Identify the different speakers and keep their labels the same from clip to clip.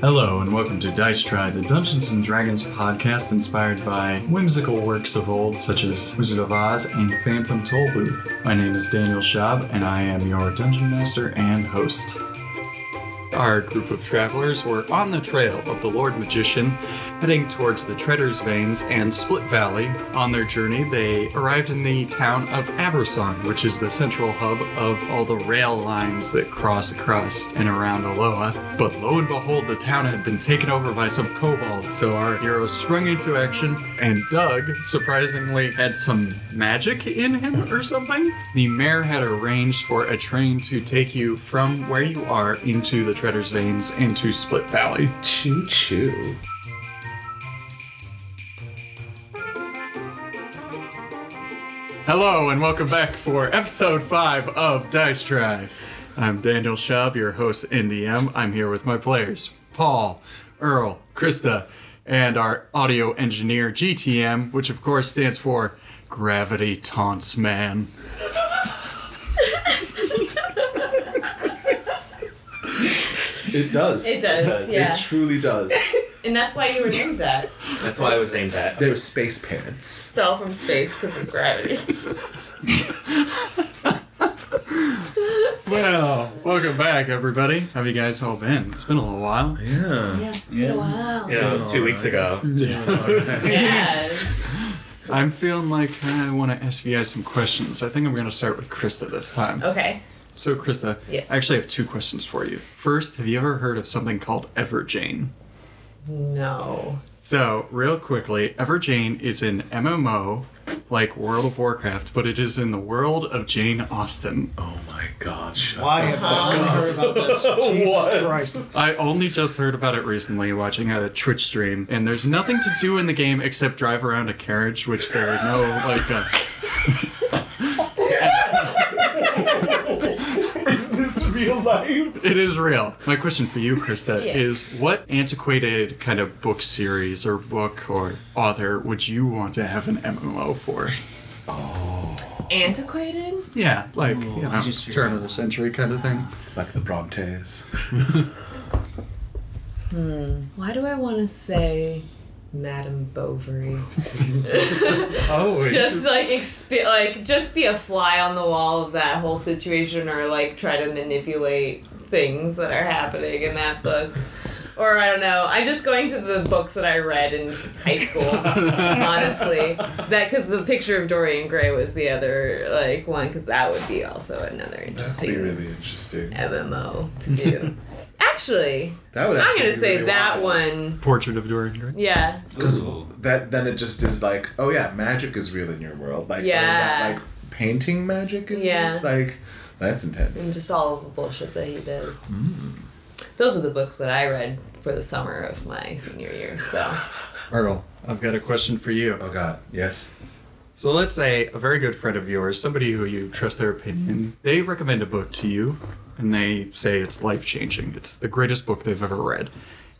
Speaker 1: Hello, and welcome to Dice Try, the Dungeons and Dragons podcast inspired by whimsical works of old such as Wizard of Oz and Phantom Tollbooth. My name is Daniel Schaub, and I am your Dungeon Master and host. Our group of travelers were on the trail of the Lord Magician, heading towards the Treader's Veins and Split Valley. On their journey, they arrived in the town of Aberson, which is the central hub of all the rail lines that cross across and around Aloha. But lo and behold, the town had been taken over by some kobolds, so our hero sprung into action, and Doug, surprisingly, had some magic in him or something. The mayor had arranged for a train to take you from where you are into the Treader's Veins into Split Valley.
Speaker 2: Choo choo.
Speaker 1: Hello, and welcome back for episode 5 of Dice Try. I'm Daniel Schaub, your host and DM. I'm here with my players, Paul, Earl, Krista, and our audio engineer, GTM, which of course stands for Gravity Taunts Man.
Speaker 2: It does.
Speaker 3: It does, yeah.
Speaker 2: It truly does.
Speaker 3: And that's why you removed that.
Speaker 4: That's why I was named that.
Speaker 2: They're space parents.
Speaker 3: Fell from space because of gravity.
Speaker 1: Well, welcome back, everybody. How have you guys all been? It's been a little while.
Speaker 2: Yeah.
Speaker 3: Yeah. Wow.
Speaker 4: You know, two weeks ago.
Speaker 3: Yes.
Speaker 1: I'm feeling like I want to ask you guys some questions. I think I'm going to start with Krista this time.
Speaker 3: Okay.
Speaker 1: So, Krista,
Speaker 3: Yes.
Speaker 1: I actually have two questions for you. First, have you ever heard of something called Everjane?
Speaker 3: No.
Speaker 1: So, real quickly, Everjane is an MMO like World of Warcraft, but it is in the world of Jane Austen.
Speaker 2: Oh my gosh.
Speaker 5: Why have I not heard about this? Jesus Christ.
Speaker 1: I only just heard about it recently watching a Twitch stream, and there's nothing to do in the game except drive around a carriage, which there are no like. Uh,
Speaker 5: Is this real life?
Speaker 1: It is real. My question for you, Krista,
Speaker 3: Yes.
Speaker 1: is what antiquated kind of book series or book or author would you want to have an MMO for?
Speaker 3: Antiquated?
Speaker 1: Yeah, like you know,
Speaker 5: just figured
Speaker 1: turn of the century kind of thing.
Speaker 2: Like the Brontes.
Speaker 3: Why do I want to say Madame Bovary?
Speaker 1: Oh,
Speaker 3: just like exp- like just be a fly on the wall of that whole situation or like try to manipulate things that are happening in that book. Or I don't know. I'm just going to the books that I read in high school, honestly. That because the picture of Dorian Gray was the other like one because that would be also another
Speaker 2: That would be
Speaker 3: interesting
Speaker 2: really interesting.
Speaker 3: MMO to do. actually,
Speaker 2: That would
Speaker 3: I'm
Speaker 2: actually
Speaker 3: gonna
Speaker 2: be
Speaker 3: say
Speaker 2: really
Speaker 3: that
Speaker 2: wild.
Speaker 3: one.
Speaker 1: Portrait of Dorian Gray.
Speaker 3: Yeah,
Speaker 2: Because
Speaker 4: Ooh.
Speaker 2: that then it just is like, oh yeah, magic is real in your world. Like or
Speaker 3: Yeah.
Speaker 2: that, like painting magic is
Speaker 3: Yeah.
Speaker 2: real. like that's
Speaker 3: and
Speaker 2: intense.
Speaker 3: just all of the bullshit that he does.
Speaker 1: Mm.
Speaker 3: Those were the books that I read for the summer of my senior year. So
Speaker 1: Earl, I've got a question for you.
Speaker 2: Oh god, yes.
Speaker 1: So let's say a very good friend of yours, somebody who you trust their opinion, they recommend a book to you, and they say it's life changing. It's the greatest book they've ever read,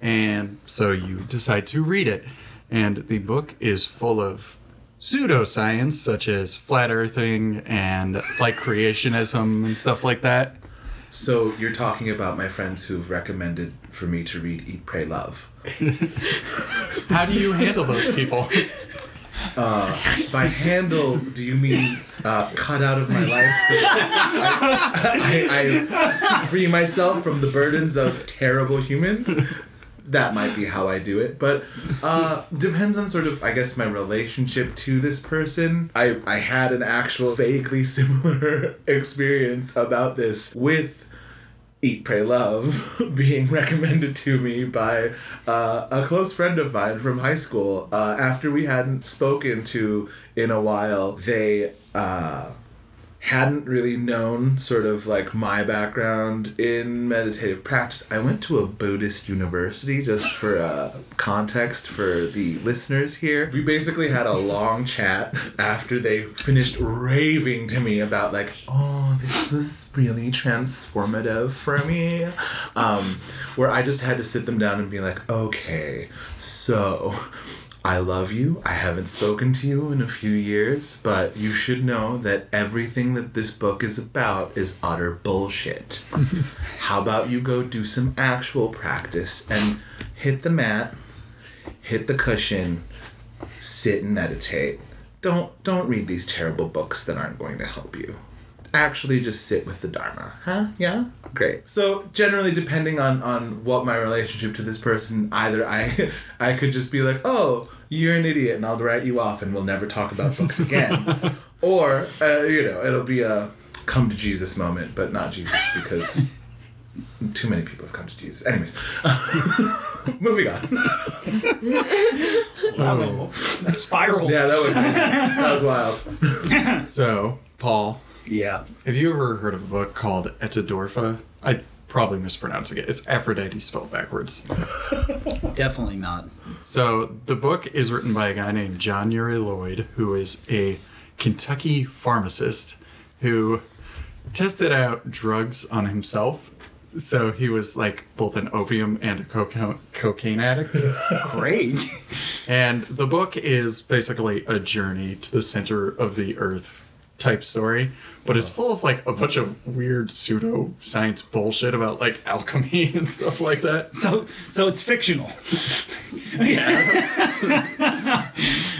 Speaker 1: and so you decide to read it, and the book is full of pseudoscience such as flat earthing and like creationism and stuff like that.
Speaker 2: So you're talking about my friends who've recommended for me to read Eat Pray Love.
Speaker 1: How do you handle those people?
Speaker 2: By handle, do you mean uh, cut out of my life so I, I, I free myself from the burdens of terrible humans? That might be how I do it, but uh, depends on sort of, I guess, my relationship to this person. I, I had an actual vaguely similar experience about this with Eat, Pray, Love being recommended to me by uh, a close friend of mine from high school. Uh, after we hadn't spoken to in a while, they uh, hadn't really known sort of like my background in meditative practice. I went to a Buddhist university just for uh, context for the listeners here. We basically had a long chat after they finished raving to me about like, oh, this was really transformative for me. Um, where I just had to sit them down and be like, okay, so I love you. I haven't spoken to you in a few years, but you should know that everything that this book is about is utter bullshit. How about you go do some actual practice and hit the mat, hit the cushion, sit and meditate. Don't don't read these terrible books that aren't going to help you actually just sit with the dharma huh yeah great so generally depending on on what my relationship to this person either i i could just be like oh you're an idiot and i'll write you off and we'll never talk about books again or uh, you know it'll be a come to jesus moment but not jesus because too many people have come to jesus anyways moving on
Speaker 6: Wow. That spiral.
Speaker 2: yeah that would that was wild
Speaker 1: So, Paul,
Speaker 6: Yeah.
Speaker 1: have you ever heard of a book called Etidorpha? I probably mispronouncing it. It's Aphrodite spelled backwards.
Speaker 7: Definitely not.
Speaker 1: So the book is written by a guy named John Uri Lloyd, who is a Kentucky pharmacist who tested out drugs on himself. So he was like both an opium and a coca- cocaine addict.
Speaker 7: Great.
Speaker 1: And the book is basically a journey to the center of the earth type story, but it's full of like a bunch of weird pseudo science bullshit about like alchemy and stuff like that.
Speaker 7: So so it's fictional. yeah.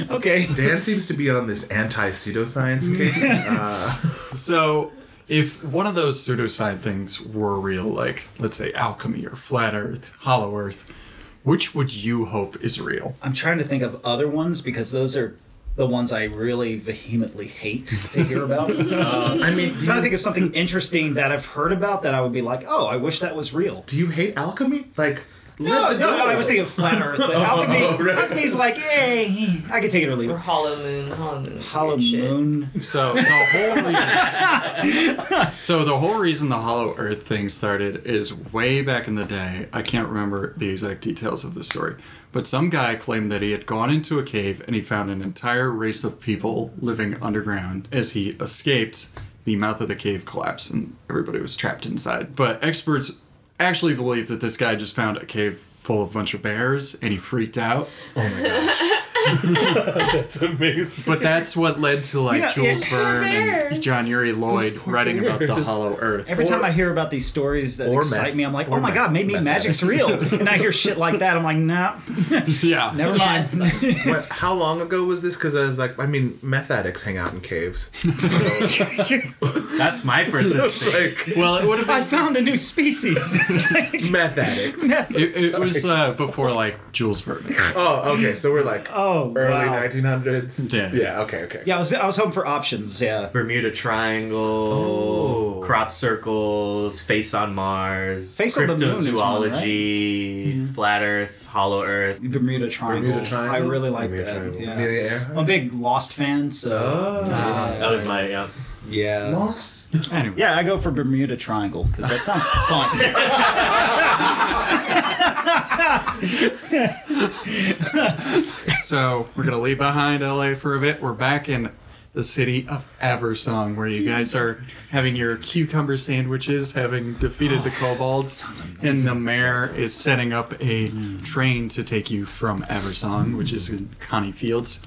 Speaker 7: okay.
Speaker 2: dan seems to be on this anti-pseudoscience kick uh,
Speaker 1: So, if one of those pseudoscience things were real, like let's say alchemy or flat Earth, hollow Earth, which would you hope is real?
Speaker 7: I'm trying to think of other ones because those are the ones I really vehemently hate to hear about. uh,
Speaker 2: i mean do you,
Speaker 7: I'm trying to think of something interesting that I've heard about that I would be like, oh, I wish that was real.
Speaker 2: do you hate alchemy like
Speaker 7: No,
Speaker 2: live
Speaker 7: no,
Speaker 2: to
Speaker 7: no,
Speaker 2: die.
Speaker 7: I was thinking of flat Earth, but alchemy, alchemy's like, hey, I can take it or leave
Speaker 3: Or
Speaker 7: it.
Speaker 3: Hollow Moon. Hollow Moon.
Speaker 7: Hollow
Speaker 3: weird shit.
Speaker 7: moon.
Speaker 1: So the whole reason, so the whole reason the hollow Earth thing started is way back in the day. I can't remember the exact details of the story, but some guy claimed that he had gone into a cave and he found an entire race of people living underground. As he escaped, the mouth of the cave collapsed and everybody was trapped inside. But experts actually believe that this guy just found a cave full of a bunch of bears and he freaked out.
Speaker 4: That's amazing.
Speaker 1: But that's what led to like
Speaker 7: You know,
Speaker 1: Jules
Speaker 7: it-
Speaker 1: Verne and
Speaker 3: Bears.
Speaker 1: John Uri Lloyd
Speaker 2: poor
Speaker 1: writing about the
Speaker 2: bears.
Speaker 1: Hollow Earth.
Speaker 7: Every time I hear about these stories that
Speaker 2: Or
Speaker 7: excite
Speaker 2: meth-
Speaker 7: me, I'm like,
Speaker 2: or
Speaker 7: oh my
Speaker 2: meth-
Speaker 7: god, maybe magic's real. and I hear shit like that, I'm like, nah,
Speaker 1: yeah,
Speaker 7: never
Speaker 3: Yeah,
Speaker 7: mind.
Speaker 3: it's fine.
Speaker 2: What, how long ago was this? Because I was like, I mean, meth addicts hang out in caves. So,
Speaker 4: That's my first instinct.
Speaker 2: like,
Speaker 1: Well, it would have
Speaker 7: I
Speaker 1: been.
Speaker 7: found a new species.
Speaker 2: meth addicts.
Speaker 1: It, it was uh, before like Jules Verne.
Speaker 2: Oh, okay. So we're like
Speaker 7: oh,
Speaker 2: early
Speaker 7: wow.
Speaker 2: 1900s.
Speaker 1: Yeah.
Speaker 2: Yeah. Okay. Okay.
Speaker 7: Yeah, I was, I was hoping for options. Yeah.
Speaker 4: Bermuda Triangle, crop circles, face on Mars,
Speaker 7: Oh. Face on the Moon is one, right? Mm-hmm.
Speaker 4: cryptozoology, flat Earth, hollow Earth.
Speaker 7: Bermuda Triangle.
Speaker 2: Bermuda Triangle?
Speaker 7: I really like
Speaker 4: Bermuda
Speaker 7: that.
Speaker 4: Triangle.
Speaker 7: Yeah. Oh,
Speaker 2: Amelia Earhart. Oh.
Speaker 7: I'm a big Lost fan, so
Speaker 4: That was my yeah.
Speaker 7: yeah.
Speaker 2: Lost.
Speaker 1: Anyway,
Speaker 7: Yeah, I go for Bermuda Triangle because that sounds fun.
Speaker 1: so we're gonna leave behind LA for a bit. We're back in the city of Aversong, where you guys are having your cucumber sandwiches, having defeated the kobolds, and the mayor is setting up a train to take you from Aversong, which is in Connie Fields,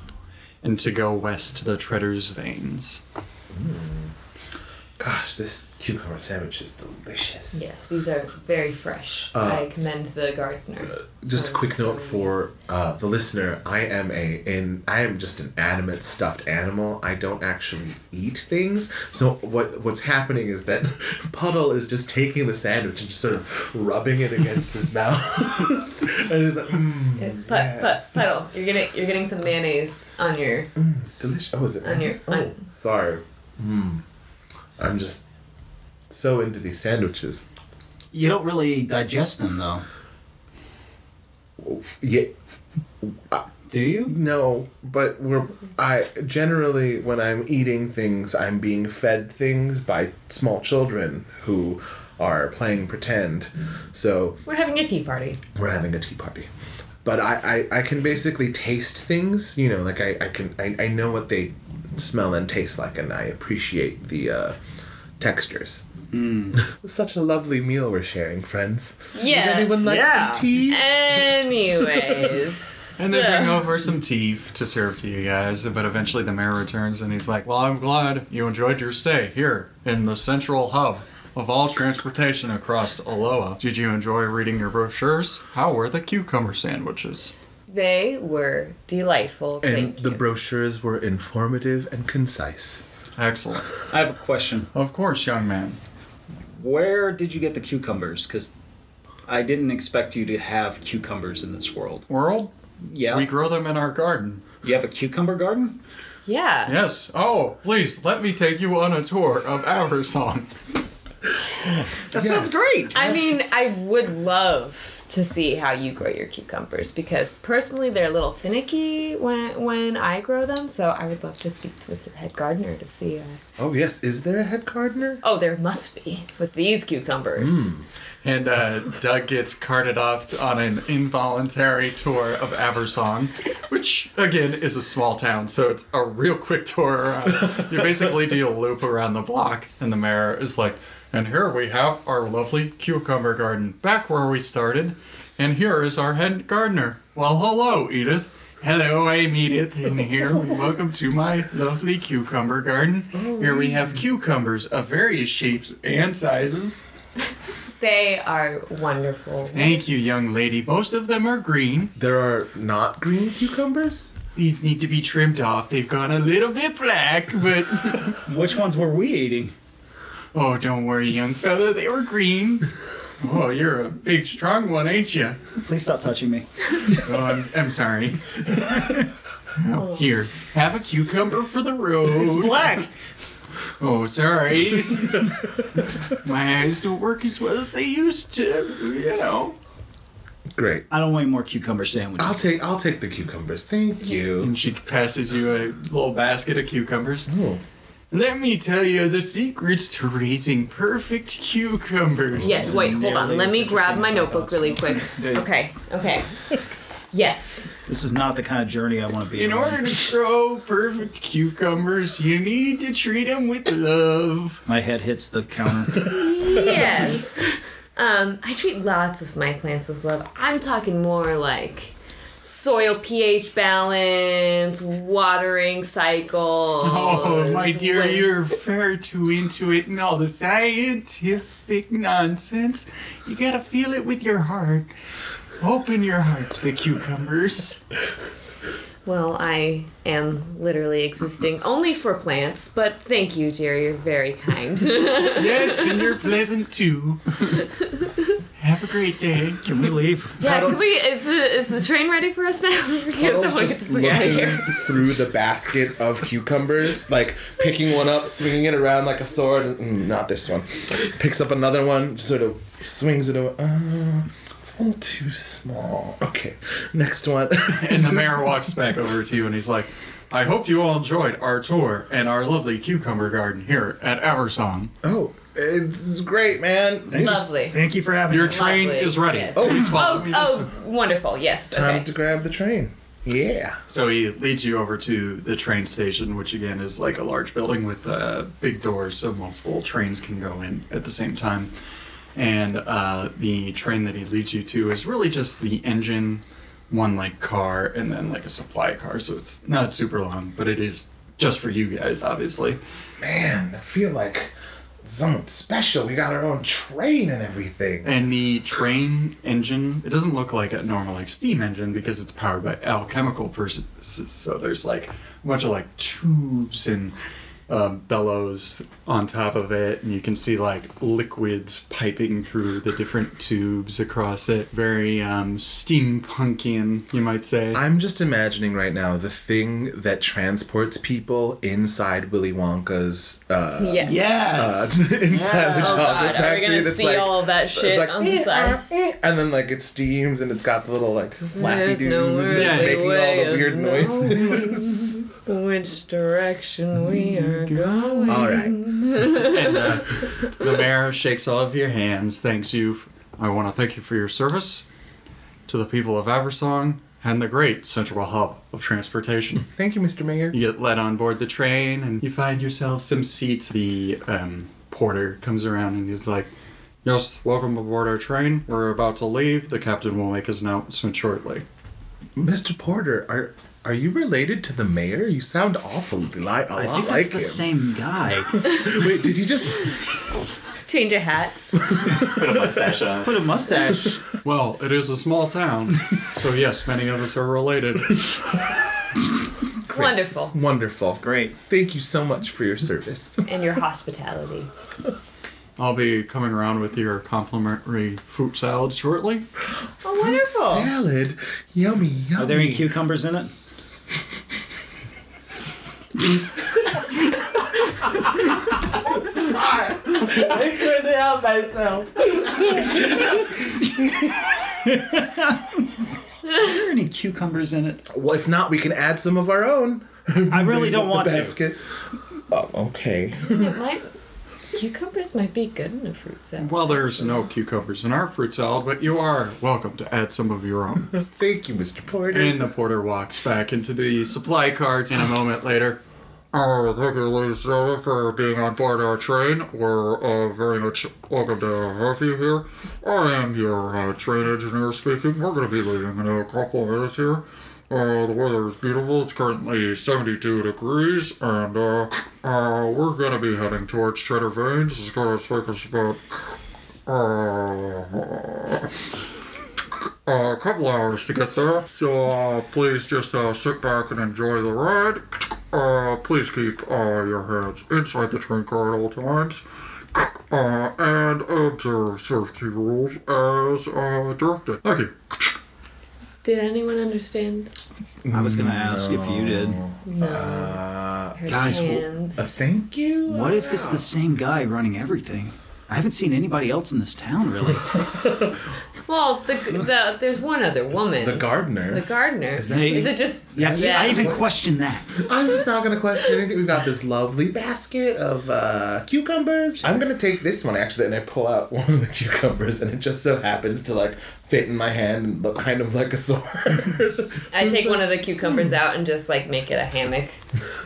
Speaker 1: and to go west to the Treader's Veins.
Speaker 2: Gosh, this cucumber sandwich is delicious.
Speaker 3: Yes, these are very fresh. I commend the gardener.
Speaker 1: Uh,
Speaker 2: Just a quick note
Speaker 3: Yes.
Speaker 2: for uh, the listener: I am a in I am just an animate stuffed animal. I don't actually eat things. So what what's happening is that Puddle is just taking the sandwich and just sort of rubbing it against his mouth, and he's like, mm,
Speaker 3: Put, put, puddle. You're getting you're getting some mayonnaise on your
Speaker 2: "It's delicious." Oh, is it?
Speaker 3: On your-
Speaker 2: oh,
Speaker 3: on-
Speaker 2: sorry. Mm. I'm just so into these sandwiches.
Speaker 7: you don't really digest them though,
Speaker 2: Yeah.
Speaker 7: do you?
Speaker 2: No, but we're I generally when I'm eating things, I'm being fed things by small children who are playing pretend. So
Speaker 3: We're having a tea party.
Speaker 2: we're having a tea party. But I, I, I can basically taste things, you know, like I, I can I, I know what they smell and taste like and I appreciate the uh, textures. Such a lovely meal we're sharing, friends. Would
Speaker 3: Yeah.
Speaker 2: anyone like
Speaker 4: Yeah.
Speaker 2: some tea?
Speaker 3: Anyways.
Speaker 1: And they bring
Speaker 3: so-
Speaker 1: over some tea f- to serve to you guys, but eventually the mayor returns and he's like, Well, I'm glad you enjoyed your stay here in the central hub of all transportation across Aloha. Did you enjoy reading your brochures? How were the cucumber sandwiches?
Speaker 3: They were delightful.
Speaker 2: and
Speaker 3: Thank
Speaker 2: the
Speaker 3: you.
Speaker 2: brochures were informative and concise.
Speaker 1: Excellent.
Speaker 7: I have a question.
Speaker 1: Of course, young man.
Speaker 7: Where did you get the cucumbers? Because I didn't expect you to have cucumbers in this world.
Speaker 1: World,
Speaker 7: Yeah.
Speaker 1: we grow them in our garden.
Speaker 7: you have a cucumber garden?
Speaker 3: yeah.
Speaker 1: Yes. Oh, please let me take you on a tour of our song.
Speaker 7: That sounds great.
Speaker 3: I mean, I would love to see how you grow your cucumbers because personally they're a little finicky when when I grow them. So I would love to speak to, with your head gardener to see. Uh,
Speaker 2: Oh yes, is there a head gardener?
Speaker 3: oh, there must be with these cucumbers.
Speaker 1: Hmm. And uh, Doug gets carted off on an involuntary tour of Aversong, which again is a small town, so it's a real quick tour around. You basically do a loop around the block, and the mayor is like, and here we have our lovely cucumber garden back where we started, and here is our head gardener. Well, hello, Edith. Hello, I'm Edith, and here, welcome to my lovely cucumber garden. Here we have cucumbers of various shapes and sizes.
Speaker 3: They are wonderful.
Speaker 1: Thank you, young lady. Most of them are green.
Speaker 2: There are not green cucumbers?
Speaker 1: These need to be trimmed off. They've gone a little bit black, but
Speaker 7: Which ones were we eating?
Speaker 1: oh, don't worry, young fella. They were green. Oh, you're a big, strong one, ain't you?
Speaker 7: Please stop touching me.
Speaker 1: Oh, I'm, I'm sorry. Oh, Here, have a cucumber for the road.
Speaker 7: Black.
Speaker 1: Oh, sorry. My eyes don't work as well as they used to. You know.
Speaker 2: Great.
Speaker 7: I don't want any more cucumber sandwiches.
Speaker 2: I'll take I'll take the cucumbers. Thank you.
Speaker 1: And she passes you a little basket of cucumbers.
Speaker 2: Oh.
Speaker 1: Let me tell you the secrets to raising perfect cucumbers.
Speaker 3: Yes, wait, hold on. Let me grab my notebook really quick.
Speaker 7: Dude.
Speaker 3: Okay, okay. Yes.
Speaker 7: This is not the kind of journey I want to be
Speaker 1: In
Speaker 7: on.
Speaker 1: order to grow perfect cucumbers, you need to treat them with love.
Speaker 7: My head hits the counter.
Speaker 3: Yes. Um, I treat lots of my plants with love. I'm talking more like soil pH balance, watering cycle.
Speaker 1: Oh, my dear, you're far too into it and all the scientific nonsense. You gotta feel it with your heart. Open your heart to the cucumbers.
Speaker 3: Well, I am literally existing only for plants, but thank you, dear. You're very kind.
Speaker 1: Yes, and you're pleasant too. Have a great day.
Speaker 7: Can we leave?
Speaker 3: yeah, can we? Is the is the train ready for us now? We have
Speaker 2: Puddle's
Speaker 3: someone
Speaker 2: just
Speaker 3: get the fuck out of
Speaker 2: looking
Speaker 3: here.
Speaker 2: through the basket of cucumbers, like picking one up, swinging it around like a sword. Mm, not this one. Picks up another one, just sort of swings it away. Uh, it's a little too small. Okay, next one.
Speaker 1: And the mayor walks back over to you and he's like, I hope you all enjoyed our tour and our lovely cucumber garden here at Aversong.
Speaker 2: oh, it's great, man.
Speaker 3: Lovely.
Speaker 7: Thank you for having
Speaker 1: Your
Speaker 7: me.
Speaker 1: train
Speaker 3: Lovely,
Speaker 1: is ready.
Speaker 3: yes.
Speaker 1: Please follow
Speaker 3: Oh,
Speaker 1: me this
Speaker 3: oh, wonderful. Yes.
Speaker 2: Time
Speaker 3: Okay.
Speaker 2: to grab the train. Yeah.
Speaker 1: So he leads you over to the train station, which again is like a large building with uh, big doors so multiple trains can go in at the same time. And uh, the train that he leads you to is really just the engine, one like car, and then like a supply car. So it's not super long, but it is just for you guys, obviously.
Speaker 2: Man, I feel like something special. We got our own train and everything.
Speaker 1: And the train engine, it doesn't look like a normal like steam engine because it's powered by alchemical processes. So there's like a bunch of like tubes and um, bellows on top of it, and you can see like liquids piping through the different tubes across it. Very um, steampunkian, you might say.
Speaker 2: I'm just imagining right now the thing that transports people inside Willy Wonka's uh,
Speaker 3: Yes.
Speaker 2: uh
Speaker 1: yes.
Speaker 2: inside the
Speaker 3: Oh
Speaker 2: chocolate
Speaker 3: god, are we
Speaker 2: factory.
Speaker 3: gonna
Speaker 2: that's
Speaker 3: see
Speaker 2: like,
Speaker 3: all that
Speaker 2: it's
Speaker 3: shit
Speaker 2: like,
Speaker 3: on the
Speaker 2: "Eh,
Speaker 3: side?
Speaker 2: ah, eh," and then like it steams and it's got the little like flappy
Speaker 3: There's
Speaker 2: dudes
Speaker 3: no
Speaker 2: and it's
Speaker 1: words,
Speaker 2: making all
Speaker 3: way
Speaker 2: the weird
Speaker 3: of
Speaker 2: noises.
Speaker 3: Which direction we are going?
Speaker 2: all right.
Speaker 1: and uh, the mayor shakes all of your hands, thanks you. f- I want to thank you for your service to the people of Aversong and the great central hub of transportation.
Speaker 2: Thank you, Mr. Mayor.
Speaker 1: You get led on board the train, and you find yourself some seats. The um, porter comes around and he's like, Yes, welcome aboard our train. We're about to leave. The captain will make his announcement shortly.
Speaker 2: Mr. Porter, are are you related to the mayor? You sound awful li- a lot
Speaker 7: I
Speaker 2: like
Speaker 7: think that's the
Speaker 2: him.
Speaker 7: same guy.
Speaker 2: Wait, did you just?
Speaker 3: Change a hat.
Speaker 4: Put a mustache on.
Speaker 7: Put a mustache.
Speaker 1: Well, it is a small town, so yes, many of us are related.
Speaker 3: Wonderful.
Speaker 2: Wonderful.
Speaker 7: Great.
Speaker 2: Thank you so much for your service.
Speaker 3: And your hospitality.
Speaker 1: I'll be coming around with your complimentary fruit salad shortly.
Speaker 3: Oh, wonderful.
Speaker 2: Salad, yummy, yummy.
Speaker 7: Are there any cucumbers in it?
Speaker 8: I couldn't help myself.
Speaker 7: Are there any cucumbers in it?
Speaker 2: Well, if not, we can add some of our own.
Speaker 7: I really don't want to.
Speaker 2: basket. Oh, okay.
Speaker 3: It might, cucumbers might be good in a fruit salad.
Speaker 1: Well, there's no cucumbers in our fruit salad, but you are welcome to add some of your own.
Speaker 2: Thank you, Mr. Porter.
Speaker 1: And the porter walks back into the supply cart and a moment later. Oh, thank you, ladies and gentlemen, for being on board our train. We're uh, very much welcome to have you here. I am your uh, train engineer speaking. We're going to be leaving in a couple of minutes here. Uh, the weather is beautiful. It's currently 72 degrees, and uh, uh, we're going to be heading towards Cheddar Veins. It's going to take us about uh, uh, a couple hours to get there. So uh, please just uh, sit back and enjoy the ride. Uh, please keep uh, your hands inside the train car at all times. Uh, and observe safety rules as uh, directed. Thank you.
Speaker 3: Did anyone understand?
Speaker 7: I was going to ask if you did.
Speaker 3: No. Her
Speaker 7: Uh, guys, w- uh,
Speaker 2: A
Speaker 3: hands.
Speaker 2: Uh, thank you.
Speaker 7: What if it's the same guy running everything? I haven't seen anybody else in this town really.
Speaker 3: Well, the, the, there's one other woman.
Speaker 2: The gardener.
Speaker 3: The gardener. Is,
Speaker 7: that-
Speaker 3: it just?
Speaker 7: Yeah, I even
Speaker 3: What-
Speaker 7: questioned that.
Speaker 2: I'm just not gonna question anything. We've got this lovely basket of uh, cucumbers. I'm gonna take this one actually, and I pull out one of the cucumbers, and it just so happens to like fit in my hand and look kind of like a sword.
Speaker 3: I take one of the cucumbers out and just like make it a hammock.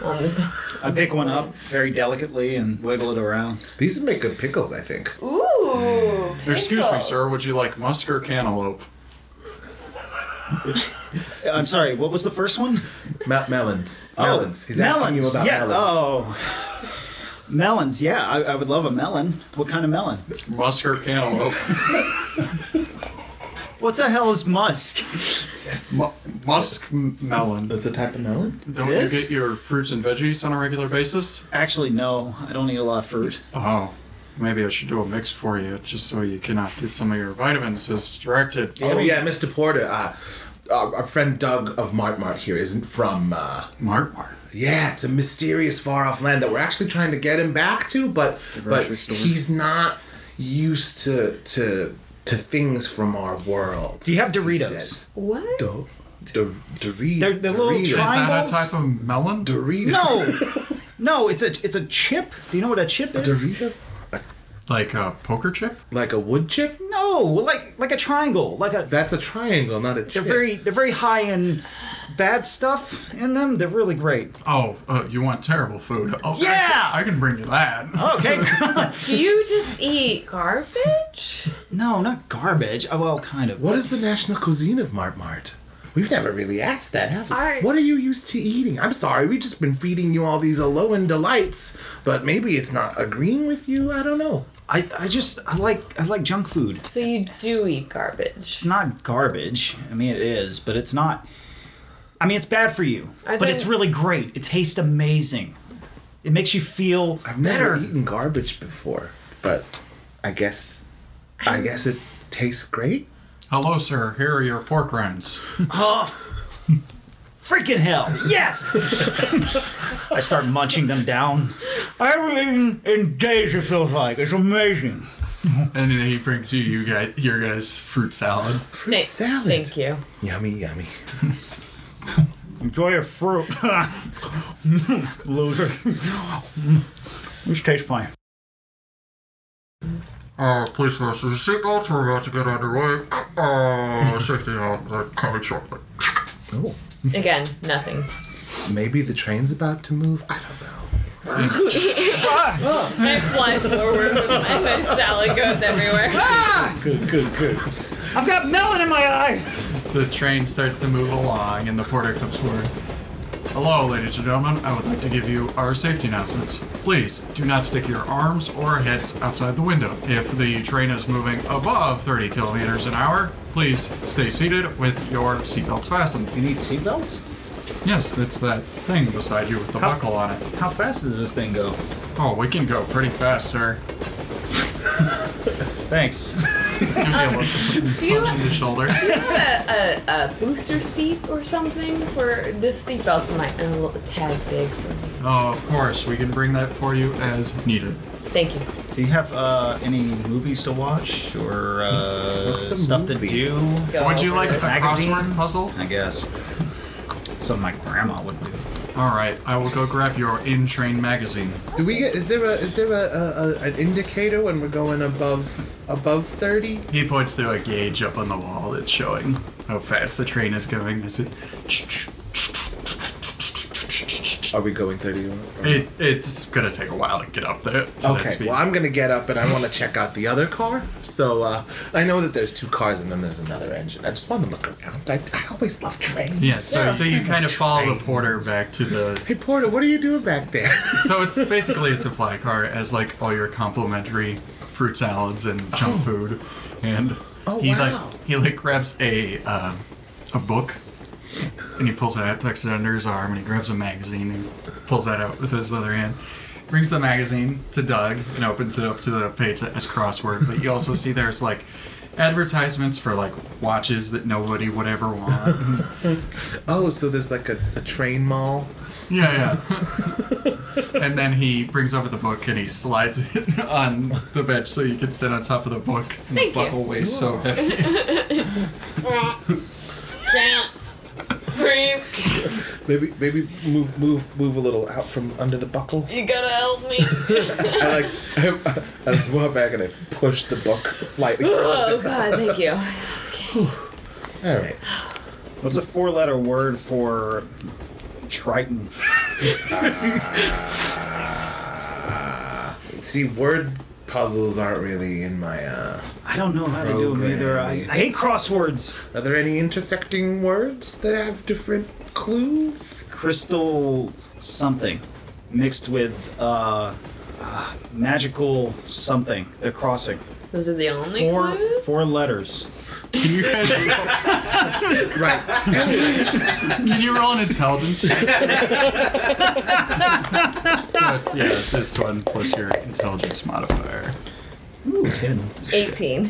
Speaker 3: On the...
Speaker 7: I pick one up very delicately and wiggle it around.
Speaker 2: These would make good pickles, I think.
Speaker 3: Ooh.
Speaker 1: Would you like musk or cantaloupe?
Speaker 7: I'm sorry. What was the first one?
Speaker 2: Mel- melons.
Speaker 7: Oh,
Speaker 2: Melons. He's asking you about
Speaker 7: yeah.
Speaker 2: melons.
Speaker 7: Oh. Melons, yeah, I, I would love a melon. What kind of melon?
Speaker 1: Musk or cantaloupe?
Speaker 7: What the hell is musk?
Speaker 1: musk melon.
Speaker 2: That's a type of melon.
Speaker 1: Don't
Speaker 7: you is? get
Speaker 1: your fruits and veggies on a regular basis?
Speaker 7: Actually, no, I don't eat a lot of fruit.
Speaker 1: Oh, maybe I should do a mix for you just so you cannot get some of your vitamins as directed.
Speaker 2: Oh yeah, Mr. Porter. Uh, our, our friend Doug of Mart Mart here isn't from. Uh,
Speaker 1: Mart Mart.
Speaker 2: Yeah, it's a mysterious far off land that we're actually trying to get him back to, but but
Speaker 7: grocery store.
Speaker 2: he's not used to to to things from our world.
Speaker 7: Do you have
Speaker 2: he
Speaker 7: Doritos?
Speaker 2: says.
Speaker 3: What?
Speaker 2: Do, do, Doritos.
Speaker 7: They're- they're little
Speaker 2: Doritos.
Speaker 7: tri- Triangles?
Speaker 1: Is that a type of melon?
Speaker 2: Doritos.
Speaker 7: No, no, it's a it's a chip. Do you know what a chip
Speaker 2: A
Speaker 7: is?
Speaker 2: Dorito?
Speaker 1: Like a poker chip?
Speaker 2: Like a wood chip?
Speaker 7: No, well, like like a triangle, like a.
Speaker 2: That's a triangle, not a
Speaker 7: They're
Speaker 2: chip.
Speaker 7: very they're very high in bad stuff in them. They're really great.
Speaker 1: Oh, uh, you want terrible food? Oh,
Speaker 7: Yeah!
Speaker 1: I can, I can bring you that.
Speaker 7: Okay.
Speaker 3: Do you just eat garbage?
Speaker 7: no, not garbage. Oh, well, kind of.
Speaker 2: What is the national cuisine of Mart Mart? We've never really asked that, have we?
Speaker 3: I-
Speaker 2: What are you used to eating? I'm sorry, we've just been feeding you all these Alolan delights, but maybe it's not agreeing with you. I don't know.
Speaker 7: I I just I like I like junk food.
Speaker 3: So you do eat
Speaker 7: It's
Speaker 3: garbage.
Speaker 7: not garbage. I mean, it is, but it's not. I mean, it's bad for you,
Speaker 3: I
Speaker 7: but
Speaker 3: think-
Speaker 7: it's really great. It tastes amazing. It makes you feel
Speaker 2: I've never
Speaker 7: better.
Speaker 2: eaten garbage before, but I guess I guess it tastes great.
Speaker 1: Hello, sir. Here are your pork rinds.
Speaker 7: Oh, freaking hell! Yes. I start munching them down. I haven't eaten in days. It feels like it's amazing.
Speaker 1: And then he brings you, you guys, your guys' fruit salad.
Speaker 2: Fruit
Speaker 3: Thank-
Speaker 2: salad.
Speaker 3: Thank you.
Speaker 2: Yummy, yummy.
Speaker 7: Enjoy your fruit, loser. this tastes fine.
Speaker 1: Uh, please fasten your seatbelts. We're about to get underway. Uh, safety on the coming shortly.
Speaker 2: Oh,
Speaker 3: Again, nothing.
Speaker 2: maybe the train's about to move. I don't know.
Speaker 7: Ah,
Speaker 3: I fly forward with my, my salad goes everywhere.
Speaker 2: Good, good, good.
Speaker 7: I've got melon in my eye.
Speaker 9: The train starts to move along, and the porter comes forward. Hello, ladies and gentlemen. I would like to give you our safety announcements. Please do not stick your arms or heads outside the window. If the train is moving above 30 kilometers an hour, please stay seated with your seatbelts fastened.
Speaker 5: You need seatbelts?
Speaker 9: Yes, it's that thing beside you with the
Speaker 7: How-
Speaker 9: buckle on it.
Speaker 7: How fast does this thing go?
Speaker 9: Oh, we can go pretty fast, sir.
Speaker 7: Thanks.
Speaker 9: Gives you a little
Speaker 3: Do you
Speaker 9: punch in the shoulder.
Speaker 3: have a, a, a booster seat or something for this seatbelt's my a little tad big for me.
Speaker 9: Oh, of course, we can bring that for you as needed.
Speaker 3: Thank you.
Speaker 7: Do you have uh, any movies to watch or uh,
Speaker 2: What's a
Speaker 7: stuff
Speaker 2: movie?
Speaker 7: to do?
Speaker 3: Go
Speaker 9: Would you
Speaker 3: over
Speaker 9: like a
Speaker 3: this.
Speaker 7: Magazine?
Speaker 9: crossword puzzle?
Speaker 7: I guess. Something my grandma would do.
Speaker 9: All right, I will go grab your in-train magazine.
Speaker 2: Do we get? Is there a is there a, a, a an indicator when we're going above above thirty?
Speaker 9: He points to a gauge up on the wall that's showing how fast the train is going. Is it?
Speaker 2: Are we going thirty? Or, or-
Speaker 9: It it's gonna take a while to get up there. to that
Speaker 2: okay.
Speaker 9: speed.
Speaker 2: Well, I'm gonna get up and I want to check out the other car. So uh, I know that there's two cars and then there's another engine. I just want to look around. I, I always love trains.
Speaker 9: yeah. So so you kind of follow the porter back to
Speaker 2: Hey
Speaker 9: the.
Speaker 2: Porter, what are you doing back there?
Speaker 9: So it's basically a supply car as like all your complimentary fruit salads and junk food, and
Speaker 2: Oh,
Speaker 9: he
Speaker 2: wow.
Speaker 9: like he like grabs a um, a book. And he pulls it out, tucks it under his arm, and he grabs a magazine and pulls that out with his other hand. Brings the magazine to Doug and opens it up to the page as crossword. But you also see there's like advertisements for like watches that nobody would ever want.
Speaker 2: oh, so there's like a, a train mall.
Speaker 9: yeah, yeah. and then he brings over the book and he slides it on the bench so you can sit on top of the book. And
Speaker 3: Thank
Speaker 9: the
Speaker 3: you.
Speaker 9: buckle weighs so heavy.
Speaker 3: Please,
Speaker 2: Maybe maybe move move move a little out from under the buckle.
Speaker 3: you gotta help me.
Speaker 2: I like I, I walk back and I push the book slightly.
Speaker 3: Oh god, thank you.
Speaker 2: All right.
Speaker 7: What's a four letter word for Triton?
Speaker 2: See, word puzzles aren't really in my. uh...
Speaker 7: I don't know how to do them either. I, I hate crosswords.
Speaker 2: Are there any intersecting words that have different clues?
Speaker 7: Crystal something mixed with uh, uh, magical something. A crossing.
Speaker 3: Those are the only
Speaker 7: Four,
Speaker 3: clues.
Speaker 7: four letters.
Speaker 9: Can you guys roll,
Speaker 2: Right.
Speaker 9: can you roll an intelligence check? so it's yeah, it's this one plus your intelligence modifier.
Speaker 7: Ooh, 10.
Speaker 3: Eighteen.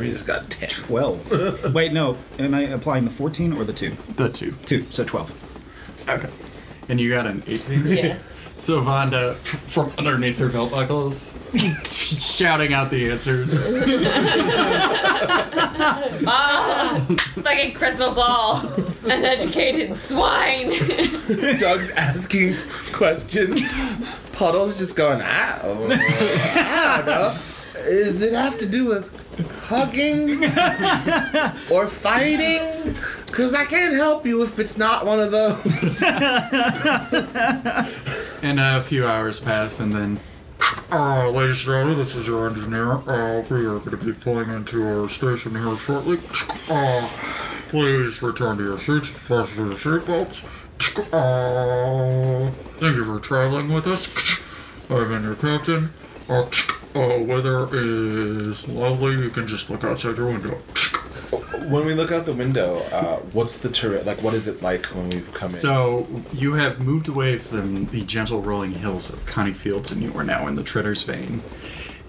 Speaker 2: we just got ten.
Speaker 7: 12. Wait, no. Am I applying the 14 or the 2?
Speaker 9: The two.
Speaker 7: 2, so 12.
Speaker 9: And you got an 18?
Speaker 3: Yeah.
Speaker 9: So Vonda, f- from underneath her belt buckles, shouting out the answers.
Speaker 3: Fucking crystal ball. Uneducated swine.
Speaker 2: Doug's asking questions. Puddles just going, ah, oh, I don't know. Does it have to do with hugging or fighting? Because I can't help you if it's not one of those.
Speaker 9: And a few hours pass, and then.
Speaker 1: Uh, ladies and gentlemen, this is your engineer. Uh, we are going to be pulling into our station here shortly. Uh, please return to your seats, fasten your seatbelts. Uh, thank you for traveling with us. I've been your captain. Uh, uh, weather is lovely. You can just look outside your window.
Speaker 2: When we look out the window, uh, what's the turret like? What is it like when we come in?
Speaker 9: So you have moved away from the gentle rolling hills of Connie Fields, and you are now in the Treader's Vein.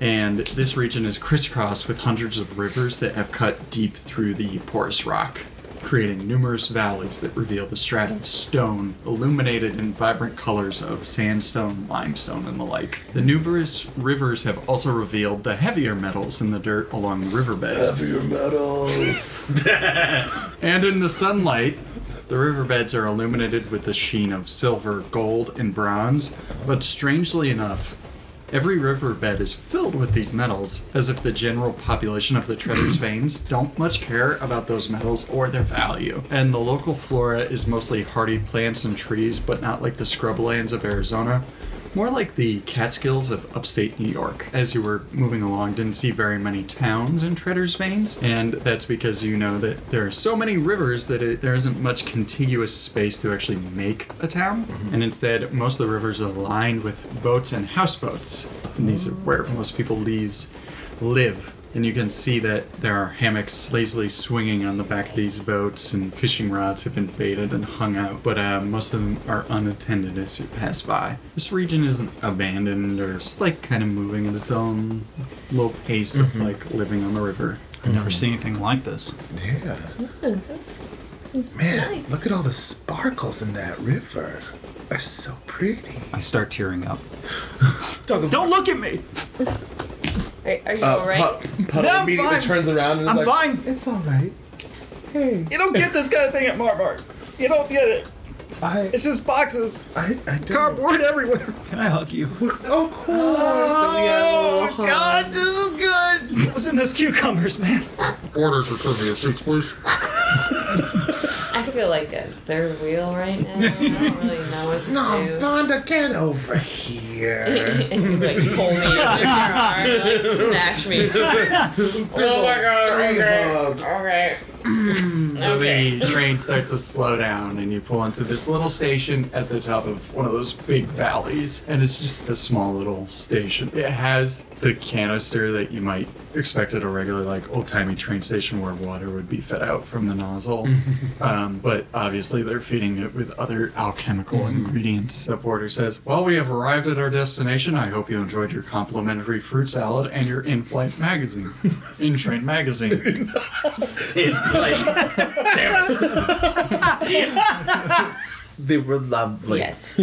Speaker 9: And this region is crisscrossed with hundreds of rivers that have cut deep through the porous rock, creating numerous valleys that reveal the strata of stone, illuminated in vibrant colors of sandstone, limestone, and the like. The numerous rivers have also revealed the heavier metals in the dirt along the riverbeds.
Speaker 2: your medals.
Speaker 9: And in the sunlight, the riverbeds are illuminated with the sheen of silver, gold, and bronze. But strangely enough, every riverbed is filled with these metals, as if the general population of the Treader's Veins don't much care about those metals or their value. And the local flora is mostly hardy plants and trees, but not like the scrublands of Arizona, more like the Catskills of upstate New York. As you were moving along, didn't see very many towns in Treader's Veins, and that's because you know that there are so many rivers that it, there isn't much contiguous space to actually make a town, and instead, most of the rivers are lined with boats and houseboats, and these are where most people leaves, live. And you can see that there are hammocks lazily swinging on the back of these boats, and fishing rods have been baited and hung out, but uh, most of them are unattended as you pass by. This region isn't abandoned or just like kind of moving at its own low pace
Speaker 7: Mm-hmm.
Speaker 9: of like living on the river.
Speaker 7: I've never seen anything like this.
Speaker 2: Yeah.
Speaker 3: This is, this is
Speaker 2: Man,
Speaker 3: nice.
Speaker 2: look at all the sparkles in that river. That's so pretty.
Speaker 7: I start tearing up.
Speaker 2: Talk about
Speaker 7: Don't look at me.
Speaker 3: are, are you
Speaker 2: uh,
Speaker 3: alright?
Speaker 2: Pu- Puddle
Speaker 7: No, I'm
Speaker 2: immediately
Speaker 7: fine.
Speaker 2: turns around and is
Speaker 7: I'm
Speaker 2: like,
Speaker 7: fine.
Speaker 2: It's all right. Hey,
Speaker 7: You don't get this kind of thing at Marmart. You don't get it.
Speaker 2: I,
Speaker 7: It's just boxes,
Speaker 2: I, I don't.
Speaker 7: cardboard everywhere. Can I hug you?
Speaker 2: Oh, cool. Oh,
Speaker 7: Oh God, this is good. What's in those cucumbers, man?
Speaker 1: Orders return to your seats, please.
Speaker 3: I feel like a third wheel right now. I don't really know what to
Speaker 2: No,
Speaker 3: do.
Speaker 2: Vonda, get over here.
Speaker 3: and you like pull me under your arm, and, like snatch me. oh my god!
Speaker 2: Tree
Speaker 3: Okay,
Speaker 2: hug.
Speaker 3: okay.
Speaker 9: So
Speaker 3: Okay.
Speaker 9: the train starts to slow down, and you pull into this little station at the top of one of those big valleys, and it's just a small little station. It has the canister that you might expect at a regular, like old timey train station where water would be fed out from the nozzle, um, but obviously they're feeding it with other alchemical ingredients. The porter says, "Well, we have arrived at our destination. I hope you enjoyed your complimentary fruit salad and your in-flight magazine, in-train magazine."
Speaker 2: They were lovely.
Speaker 3: Yes.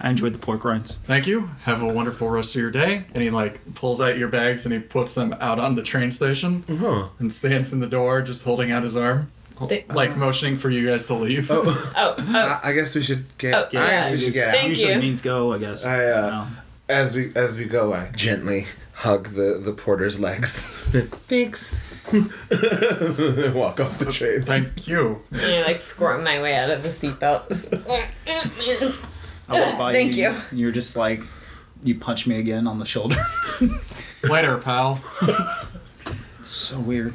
Speaker 7: I enjoyed the pork rinds.
Speaker 9: Thank you. Have a wonderful rest of your day. And he like pulls out your bags and he puts them out on the train station
Speaker 2: Huh.
Speaker 9: and stands in the door just holding out his arm,
Speaker 3: They-
Speaker 9: like motioning for you guys to leave.
Speaker 2: Oh,
Speaker 3: Oh, oh.
Speaker 2: I, I guess we should get.
Speaker 3: Oh,
Speaker 2: I
Speaker 3: yeah.
Speaker 2: guess we should get out.
Speaker 3: Thank
Speaker 7: Usually
Speaker 3: you.
Speaker 7: means go, I guess.
Speaker 2: I, uh,
Speaker 7: No.
Speaker 2: as we as we go, I gently hug the the porter's legs. Thanks. Walk off the train.
Speaker 9: Thank you.
Speaker 3: And you like squirm my way out of the seatbelt.
Speaker 7: I walk by
Speaker 3: Thank
Speaker 7: you.
Speaker 3: you.
Speaker 7: and You're just like, you punch me again on the shoulder.
Speaker 9: Later, pal.
Speaker 7: it's so weird.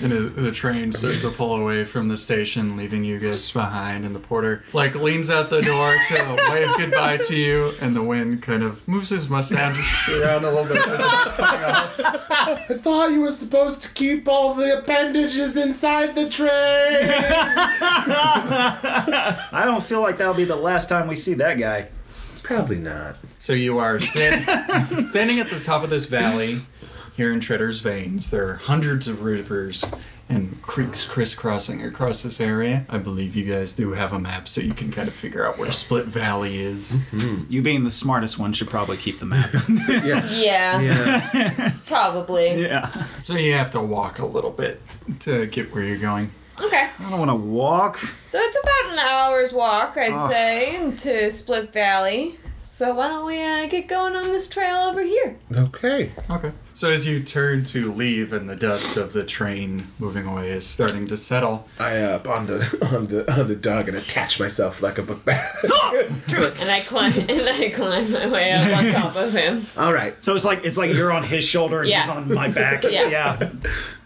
Speaker 9: And the, the train starts to pull away from the station, leaving you guys behind. And the porter like leans out the door to wave goodbye to you. And the wind kind of moves his mustache around a little bit. as it's going off.
Speaker 2: I thought you were supposed to keep all the appendages inside the train.
Speaker 7: I don't feel like that'll be the last time we see that guy.
Speaker 2: Probably not.
Speaker 9: So you are stand- standing at the top of this valley here in Treader's Veins. There are hundreds of rivers and creeks crisscrossing across this area. I believe you guys do have a map so you can kind of figure out where Split Valley is.
Speaker 7: You being the smartest one should probably keep the map.
Speaker 3: yeah,
Speaker 2: Yeah.
Speaker 3: probably.
Speaker 7: yeah.
Speaker 9: So you have to walk a little bit to get where you're going.
Speaker 3: Okay.
Speaker 7: I don't want to walk.
Speaker 3: So it's about an hour's walk, I'd
Speaker 7: Oh.
Speaker 3: say, to Split Valley. So why don't we uh, get going on this trail over here?
Speaker 2: okay.
Speaker 9: Okay. So as you turn to leave and the dust of the train moving away is starting to settle,
Speaker 2: I uh, on the on the on the dog and attach myself like a book bag.
Speaker 3: And I climb, and I climb my way up on top of him.
Speaker 2: all right.
Speaker 7: So it's like it's like you're on his shoulder and he's
Speaker 3: Yeah.
Speaker 7: on my back.
Speaker 3: Yeah.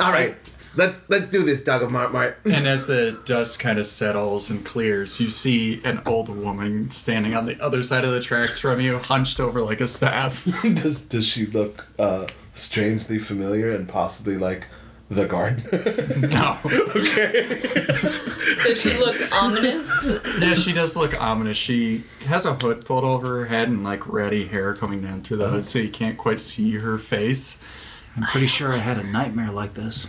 Speaker 2: All right. Let's let's do this, dog of Mart Mart.
Speaker 9: And as the dust kind of settles and clears, you see an old woman standing on the other side of the tracks from you, hunched over like a staff.
Speaker 2: does does she look uh, strangely familiar and possibly like the gardener?
Speaker 9: No.
Speaker 3: Does she look ominous?
Speaker 9: yeah, she does look ominous. She has a hood pulled over her head and like ratty hair coming down through the hood, so you can't quite see her face.
Speaker 7: I'm pretty sure I had a nightmare like this.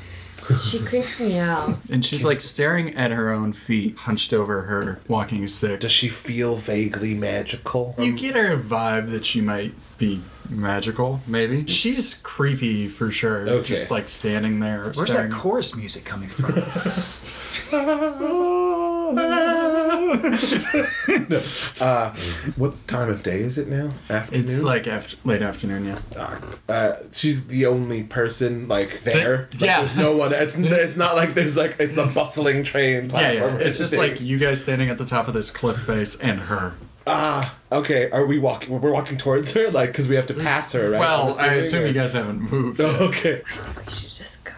Speaker 3: She creeps me out.
Speaker 9: And she's like staring at her own feet, hunched over her walking stick.
Speaker 2: Does she feel vaguely magical?
Speaker 9: You get her vibe that she might be magical, maybe. She's creepy for sure.
Speaker 2: Okay.
Speaker 9: Just like standing there.
Speaker 7: Where's
Speaker 9: staring.
Speaker 7: that chorus music coming from?
Speaker 2: What time of day is it now? Afternoon.
Speaker 9: It's like after, late afternoon, yeah.
Speaker 2: uh, she's the only person like there. It's like,
Speaker 9: yeah.
Speaker 2: There's no one. It's it's not like there's like it's a bustling train
Speaker 9: Yeah,
Speaker 2: platform.
Speaker 9: yeah.
Speaker 2: or
Speaker 9: It's just
Speaker 2: anything.
Speaker 9: like you guys standing at the top of this cliff face and her.
Speaker 2: ah, okay. Are we walking? We're walking towards her, like, because we have to pass her, right? I'm
Speaker 9: Mm. Well, I
Speaker 2: assuming,
Speaker 9: assume
Speaker 2: or-
Speaker 9: you guys haven't moved.
Speaker 2: Oh, okay.
Speaker 3: We should just go.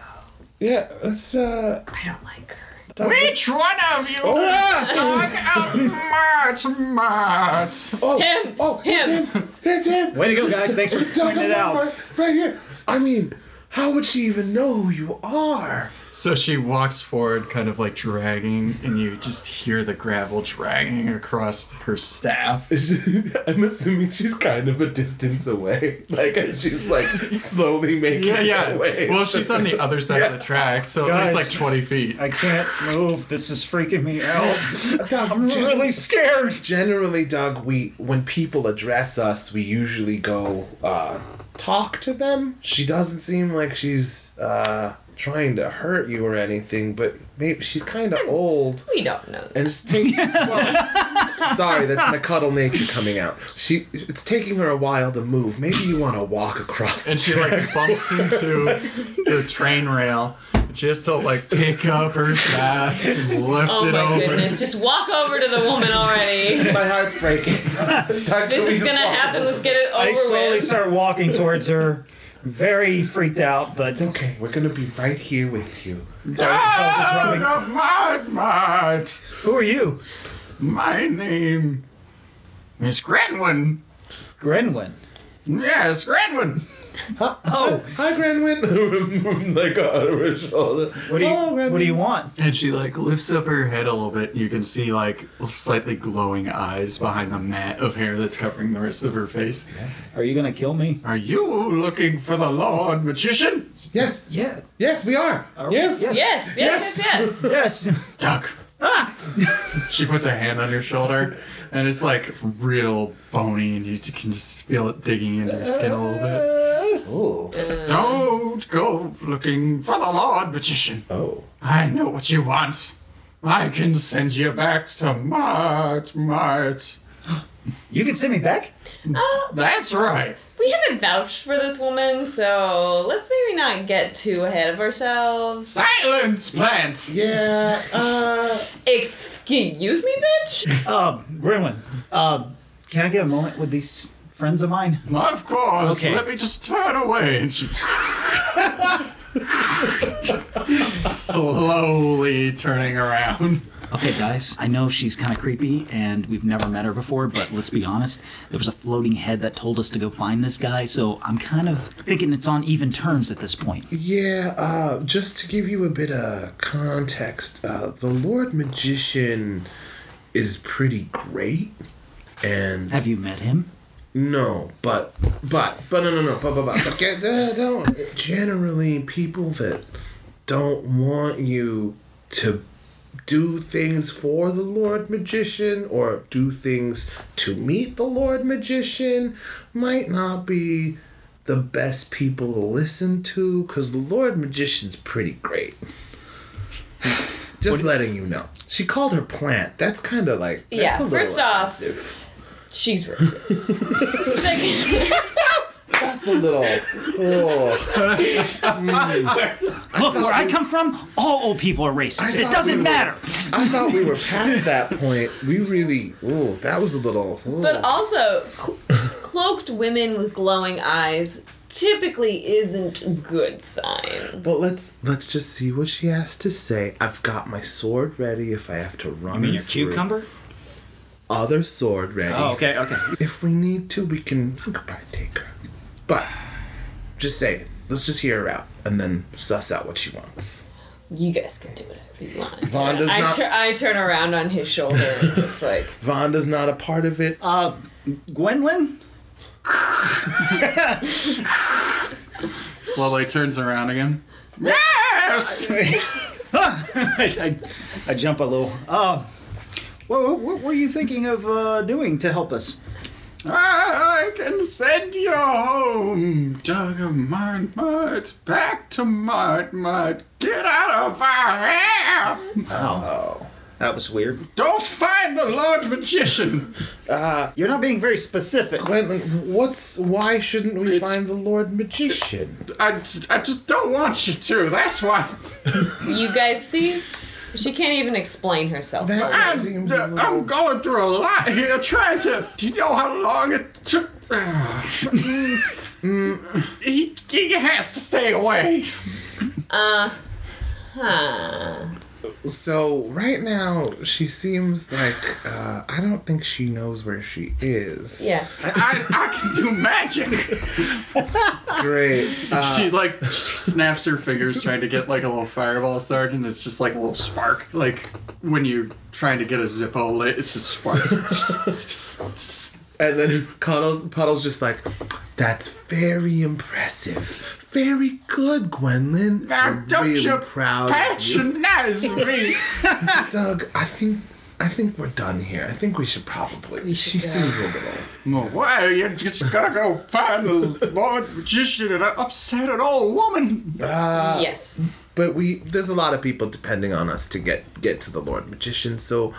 Speaker 2: Yeah, that's uh.
Speaker 3: I don't like her.
Speaker 9: Which one of you
Speaker 2: Oh, ah,
Speaker 9: dog out Mart's Mart's?
Speaker 2: oh,
Speaker 3: Him!
Speaker 2: oh, it's him! It's him!
Speaker 7: Way to go, guys. Thanks for
Speaker 2: Dug
Speaker 7: pointing it
Speaker 2: up
Speaker 7: out.
Speaker 2: right, right here. I mean, how would she even know who you are?
Speaker 9: So she walks forward, kind of like dragging, and you just hear the gravel dragging across her staff.
Speaker 2: I'm assuming she's kind of a distance away. Like she's like slowly making
Speaker 9: Yeah, yeah.
Speaker 2: her way.
Speaker 9: Well, she's on the other side of the track, so
Speaker 7: Guys.
Speaker 9: there's like 20 feet.
Speaker 7: I can't move. This is freaking me out.
Speaker 2: Doug,
Speaker 7: I'm
Speaker 2: gen-
Speaker 7: really scared.
Speaker 2: generally, Doug, we when people address us, we usually go uh, talk to them. She doesn't seem like she's uh, trying to hurt you or anything, but maybe she's kind of old.
Speaker 3: We don't know.
Speaker 2: and it's taking. well, sorry, that's my cuddle nature coming out. She, it's taking her a while to move. Maybe you want to walk across. the
Speaker 9: and she like
Speaker 2: tracks.
Speaker 9: bumps into the train rail. and She has to like pick up her back and lift
Speaker 3: Oh
Speaker 9: it
Speaker 3: my
Speaker 9: over.
Speaker 3: goodness. Just walk over to the woman already.
Speaker 2: My heart's breaking.
Speaker 3: This is gonna happen. Let's get it over
Speaker 7: I slowly
Speaker 3: with.
Speaker 7: start walking towards her. Very freaked out, but
Speaker 2: It's okay. We're gonna be right here with you.
Speaker 9: Ah, not Mart, Mart.
Speaker 7: who are you?
Speaker 9: My name is Grenwin.
Speaker 7: Grenwin.
Speaker 9: Yes, Grenwin.
Speaker 7: Oh,
Speaker 2: Hi, Granwin. like over her shoulder.
Speaker 7: what do you,
Speaker 2: Hello,
Speaker 7: what do you want?
Speaker 9: And she like lifts up her head a little bit. You can see like slightly glowing eyes behind the mat of hair that's covering the rest of her face.
Speaker 7: Are you gonna kill me?
Speaker 9: Are you looking for the Lord Magician?
Speaker 2: Yes,
Speaker 7: Yeah.
Speaker 2: yes, we are.
Speaker 7: Are we?
Speaker 2: yes.
Speaker 7: Yes.
Speaker 3: Yes, yes, yes, yes.
Speaker 7: Yes.
Speaker 9: Duck. she puts a hand on your shoulder, and it's like real bony, and you can just feel it digging into your skin a little
Speaker 2: Oh.
Speaker 9: bit. Don't go looking for the Lord Magician.
Speaker 2: Oh.
Speaker 9: I know what you want. I can send you back to Mart Mart.
Speaker 7: You can send me back.
Speaker 3: Uh,
Speaker 9: That's right.
Speaker 3: we haven't vouched for this woman, so let's maybe not get too ahead of ourselves.
Speaker 9: Silence, plants.
Speaker 2: Yeah. Uh.
Speaker 3: Excuse me, bitch?
Speaker 7: Um, Grenwin. Um, can I get a moment with these friends of mine?
Speaker 9: Of course.
Speaker 7: Okay.
Speaker 9: Let me just turn away. And she slowly turning around.
Speaker 7: Okay, guys, I know she's kind of creepy and we've never met her before, but let's be honest. There was a floating head that told us to go find this guy, so I'm kind of thinking it's on even terms at this point.
Speaker 2: Yeah, uh, just to give you a bit of context, uh, the Lord Magician is pretty great, and
Speaker 7: Have you met him?
Speaker 2: no, but but but no no no but but but, but get, uh, don't. Generally, people that don't want you to do things for the Lord Magician or do things to meet the Lord Magician might not be the best people to listen to because the Lord Magician's pretty great. Just letting you know. She called her plant. That's kind of like that's
Speaker 3: Yeah,
Speaker 2: a little
Speaker 3: first off-
Speaker 2: offensive.
Speaker 3: She's racist. Second,
Speaker 2: It's a little. Oh.
Speaker 7: Look, where I come from, all old people are racist.
Speaker 2: I
Speaker 7: It
Speaker 2: thought
Speaker 7: doesn't
Speaker 2: we were-
Speaker 7: matter.
Speaker 2: I thought we were past that point. We really. Ooh, that was a little. ooh.
Speaker 3: but uh, also, cl- cloaked women with glowing eyes typically isn't a good sign.
Speaker 2: But let's let's just see what she has to say. I've got my sword ready if I have to run. her through. Other sword ready.
Speaker 7: Oh, okay, okay.
Speaker 2: If we need to, we can. We could probably take her. But just say it. Let's just hear her out and then suss out what she wants.
Speaker 3: You guys can do whatever you want.
Speaker 2: Vaughn does
Speaker 3: I,
Speaker 2: not-
Speaker 3: tur- I turn around on his shoulder and just like,
Speaker 2: Vonda's not a part of it.
Speaker 7: Uh, Gwendolyn?
Speaker 9: Slowly turns around again. Yes.
Speaker 7: I, I, I jump a little. Uh, wha- wha- what were you thinking of uh, doing to help us?
Speaker 9: I can send you home, Doug of Mart Mart, back to Mart Mart. Get out of our hair!
Speaker 7: That was weird.
Speaker 9: Don't find the Lord Magician!
Speaker 7: You're not being very specific.
Speaker 2: Gwendolyn, what's why shouldn't we
Speaker 9: It's-
Speaker 2: find the Lord Magician?
Speaker 9: I, I just don't want you to, that's why.
Speaker 3: you guys see? She can't even explain herself.
Speaker 2: That
Speaker 3: fully.
Speaker 2: seems a
Speaker 10: I'm, I'm
Speaker 2: little...
Speaker 10: going through a lot here, trying to. Do you know how long it took? Mm, he, he has to stay away.
Speaker 3: Huh.
Speaker 2: So right now she seems like uh, I don't think she knows where she is.
Speaker 3: Yeah.
Speaker 10: I, I can do magic.
Speaker 2: Great. Uh,
Speaker 4: she like snaps her fingers trying to get like a little fireball started, and it's just like a little spark. Like when you're trying to get a Zippo lit, it's just sparks.
Speaker 2: and then Cuddles Puddles just like, that's very impressive. Very good, Gwendolyn.
Speaker 10: Now,
Speaker 2: I'm
Speaker 10: don't
Speaker 2: really
Speaker 10: you
Speaker 2: proud of you.
Speaker 10: patronize me.
Speaker 2: Doug, I think I think we're done here. I think we should probably. she seems a little.
Speaker 10: Well, Why are you just gonna go find the Lord Magician and upset an old woman?
Speaker 2: uh,
Speaker 3: yes.
Speaker 2: But we there's a lot of people depending on us to get get to the Lord Magician. So.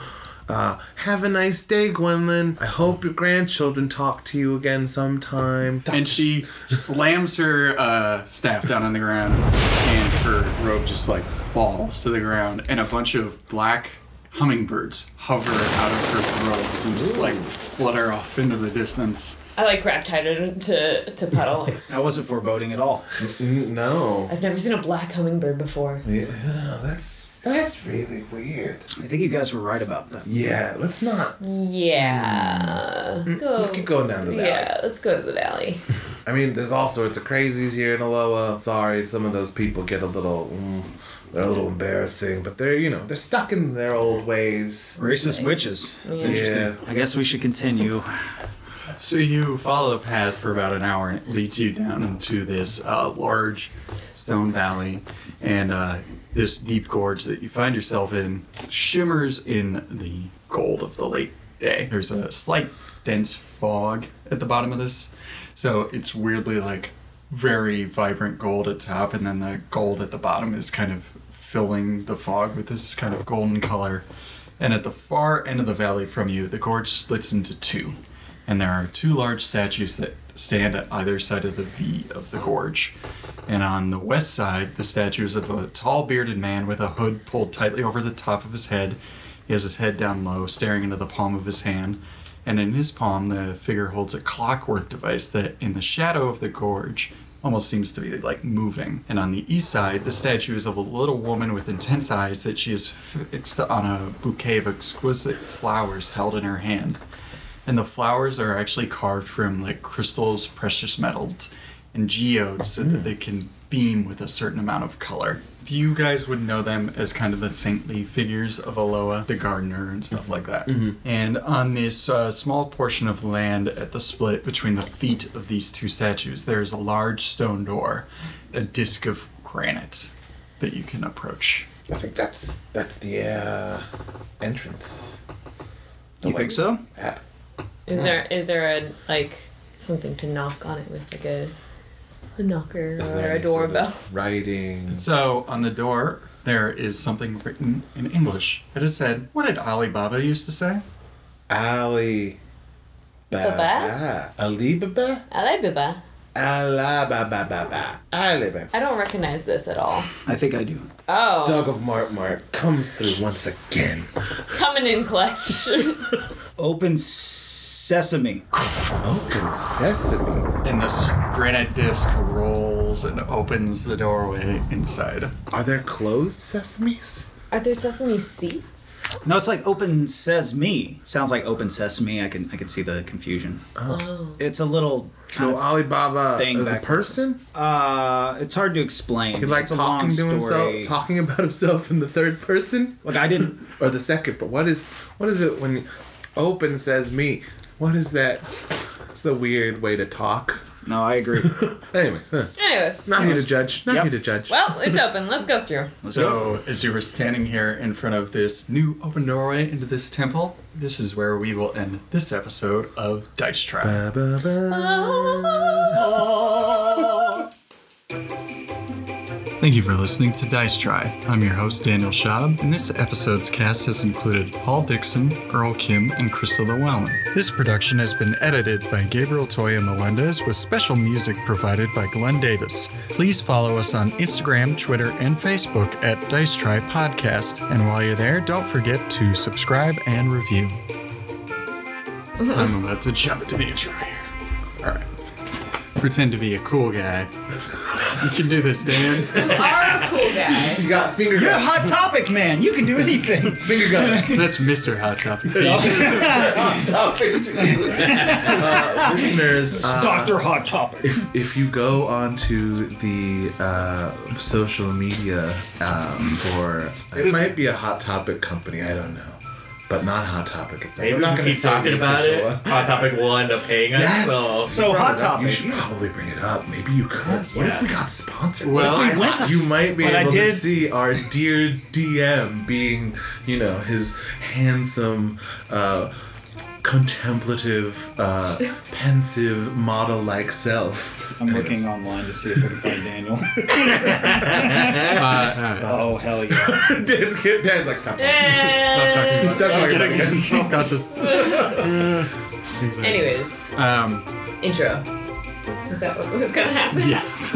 Speaker 2: Uh, have a nice day, Gwendolyn. I hope your grandchildren talk to you again sometime.
Speaker 4: and she slams her uh, staff down on the ground, and her robe just like falls to the ground, and a bunch of black hummingbirds hover out of her robes and just like flutter off into the distance.
Speaker 3: I like crap tied it to to puddle.
Speaker 7: That wasn't foreboding at all.
Speaker 2: No.
Speaker 3: I've never seen a black hummingbird before.
Speaker 2: Yeah, that's that's really weird.
Speaker 7: I think you guys were right about that.
Speaker 2: Yeah, let's not.
Speaker 3: Yeah. Go.
Speaker 2: Mm, Let's keep going down the valley.
Speaker 3: Yeah, let's go to the valley.
Speaker 2: I mean, there's all sorts of crazies here in Aloha. Sorry, some of those people get a little, mm, they're a little embarrassing, but they're you know they're stuck in their old ways.
Speaker 7: Racist witches.
Speaker 2: Yeah.
Speaker 7: I guess we should continue.
Speaker 9: So you follow the path for about an hour, and it leads you down into this uh, large stone valley, and uh, this deep gorge that you find yourself in shimmers in the gold of the late day. There's a slight dense fog at the bottom of this, so it's weirdly like very vibrant gold at top, and then the gold at the bottom is kind of filling the fog with this kind of golden color. And at the far end of the valley from you, the gorge splits into two and there are two large statues that stand at either side of the V of the gorge. And on the west side, the statue is of a tall bearded man with a hood pulled tightly over the top of his head. He has his head down low, staring into the palm of his hand. And in his palm, the figure holds a clockwork device that, in the shadow of the gorge, almost seems to be like moving. And on the east side, the statue is of a little woman with intense eyes that she is fixed on a bouquet of exquisite flowers held in her hand and the flowers are actually carved from like crystals, precious metals, and geodes so that they can beam with a certain amount of color. You guys would know them as kind of the saintly figures of Aloha, the gardener, and stuff like that. And on this uh, small portion of land at the split between the feet of these two statues, there is a large stone door, a disc of granite that you can approach.
Speaker 2: I think that's that's the uh, entrance.
Speaker 7: You think so?
Speaker 2: Uh,
Speaker 3: Is there is there a like something to knock on it with like a a knocker
Speaker 2: is
Speaker 3: or
Speaker 2: there
Speaker 3: a
Speaker 2: any sort of
Speaker 3: doorbell?
Speaker 2: Writing.
Speaker 9: So on the door, there is something written in English that it said, What did Alibaba used to say?
Speaker 2: Ali. Baba.
Speaker 3: Baba?
Speaker 2: Alibaba.
Speaker 3: Alibaba.
Speaker 2: Alibaba. Alibaba.
Speaker 3: I don't recognize this at all.
Speaker 7: I think I do.
Speaker 3: Oh,
Speaker 2: Dog of Mart Mart comes through once again.
Speaker 3: coming in clutch.
Speaker 7: Open sesame.
Speaker 2: Open sesame.
Speaker 9: And this granite disc rolls and opens the doorway inside.
Speaker 2: Are there closed sesames?
Speaker 3: Are there sesame seeds?
Speaker 7: No, it's like open says me. Sounds like open sesame. I can I can see the confusion.
Speaker 3: Oh.
Speaker 7: It's a little
Speaker 2: So Alibaba
Speaker 7: thing
Speaker 2: is a
Speaker 7: back-
Speaker 2: person?
Speaker 7: uh it's hard to explain.
Speaker 2: He like
Speaker 7: it's a
Speaker 2: talking
Speaker 7: long
Speaker 2: to
Speaker 7: story.
Speaker 2: himself, talking about himself in the third person
Speaker 7: Look, I didn't
Speaker 2: or the second. But what is what is it when open says me? What is that? It's a weird way to talk.
Speaker 7: No, I agree.
Speaker 2: Anyways, huh.
Speaker 3: Anyways,
Speaker 2: not here to judge. Not
Speaker 7: Yep.
Speaker 2: here to judge.
Speaker 3: well, it's open. Let's go through.
Speaker 9: So, as you were standing here in front of this new open doorway into this temple, this is where we will end this episode of Dice Trap.
Speaker 2: Ba, ba, ba.
Speaker 9: Thank you for listening to Dice Try. I'm your host, Daniel Schaub, and this episode's cast has included Paul Dixon, Earl Kim, and Crystal Llewellyn. This production has been edited by Gabriel Toya Melendez with special music provided by Glenn Davis. Please follow us on Instagram, Twitter, and Facebook at Dice Try Podcast. And while you're there, don't forget to subscribe and review.
Speaker 4: I'm about to jump into the intro here. Alright. Pretend to be a cool guy. You can do this, Dan.
Speaker 3: You are a cool guy.
Speaker 2: You got finger
Speaker 7: You're a
Speaker 2: guns.
Speaker 7: hot topic, man. You can do anything.
Speaker 2: Finger guns.
Speaker 4: That's Mr. Hot Topic. T.
Speaker 2: Uh, listeners, uh,
Speaker 7: Doctor Hot Topic.
Speaker 2: if, if you go onto the uh, social media um, for it, might be a hot topic company, I don't know, but not hot topic. It's
Speaker 5: Maybe
Speaker 2: I'm
Speaker 5: we
Speaker 2: not
Speaker 5: can
Speaker 2: going to
Speaker 5: keep talking about it. Hot Topic will end up paying us.
Speaker 2: Yes.
Speaker 5: So.
Speaker 7: So hot topic.
Speaker 2: You should probably bring it up. Maybe you could. What if we got sponsored?
Speaker 4: Well,
Speaker 2: What if
Speaker 7: we went to-
Speaker 2: you might be
Speaker 7: But I
Speaker 2: able to
Speaker 7: did-
Speaker 2: see our dear DM being, you know, his handsome, uh, contemplative, uh, pensive, model-like self.
Speaker 11: I'm looking online to see if I can find Daniel.
Speaker 4: Uh,
Speaker 11: oh hell yeah!
Speaker 2: Dan's, Dan's like, stop talking.
Speaker 3: Stop
Speaker 4: talking
Speaker 2: He's not talking about
Speaker 4: Getting
Speaker 2: it.
Speaker 4: self-conscious.
Speaker 3: Anyways,
Speaker 4: Um,
Speaker 3: intro. Is that what was gonna happen?
Speaker 4: yes.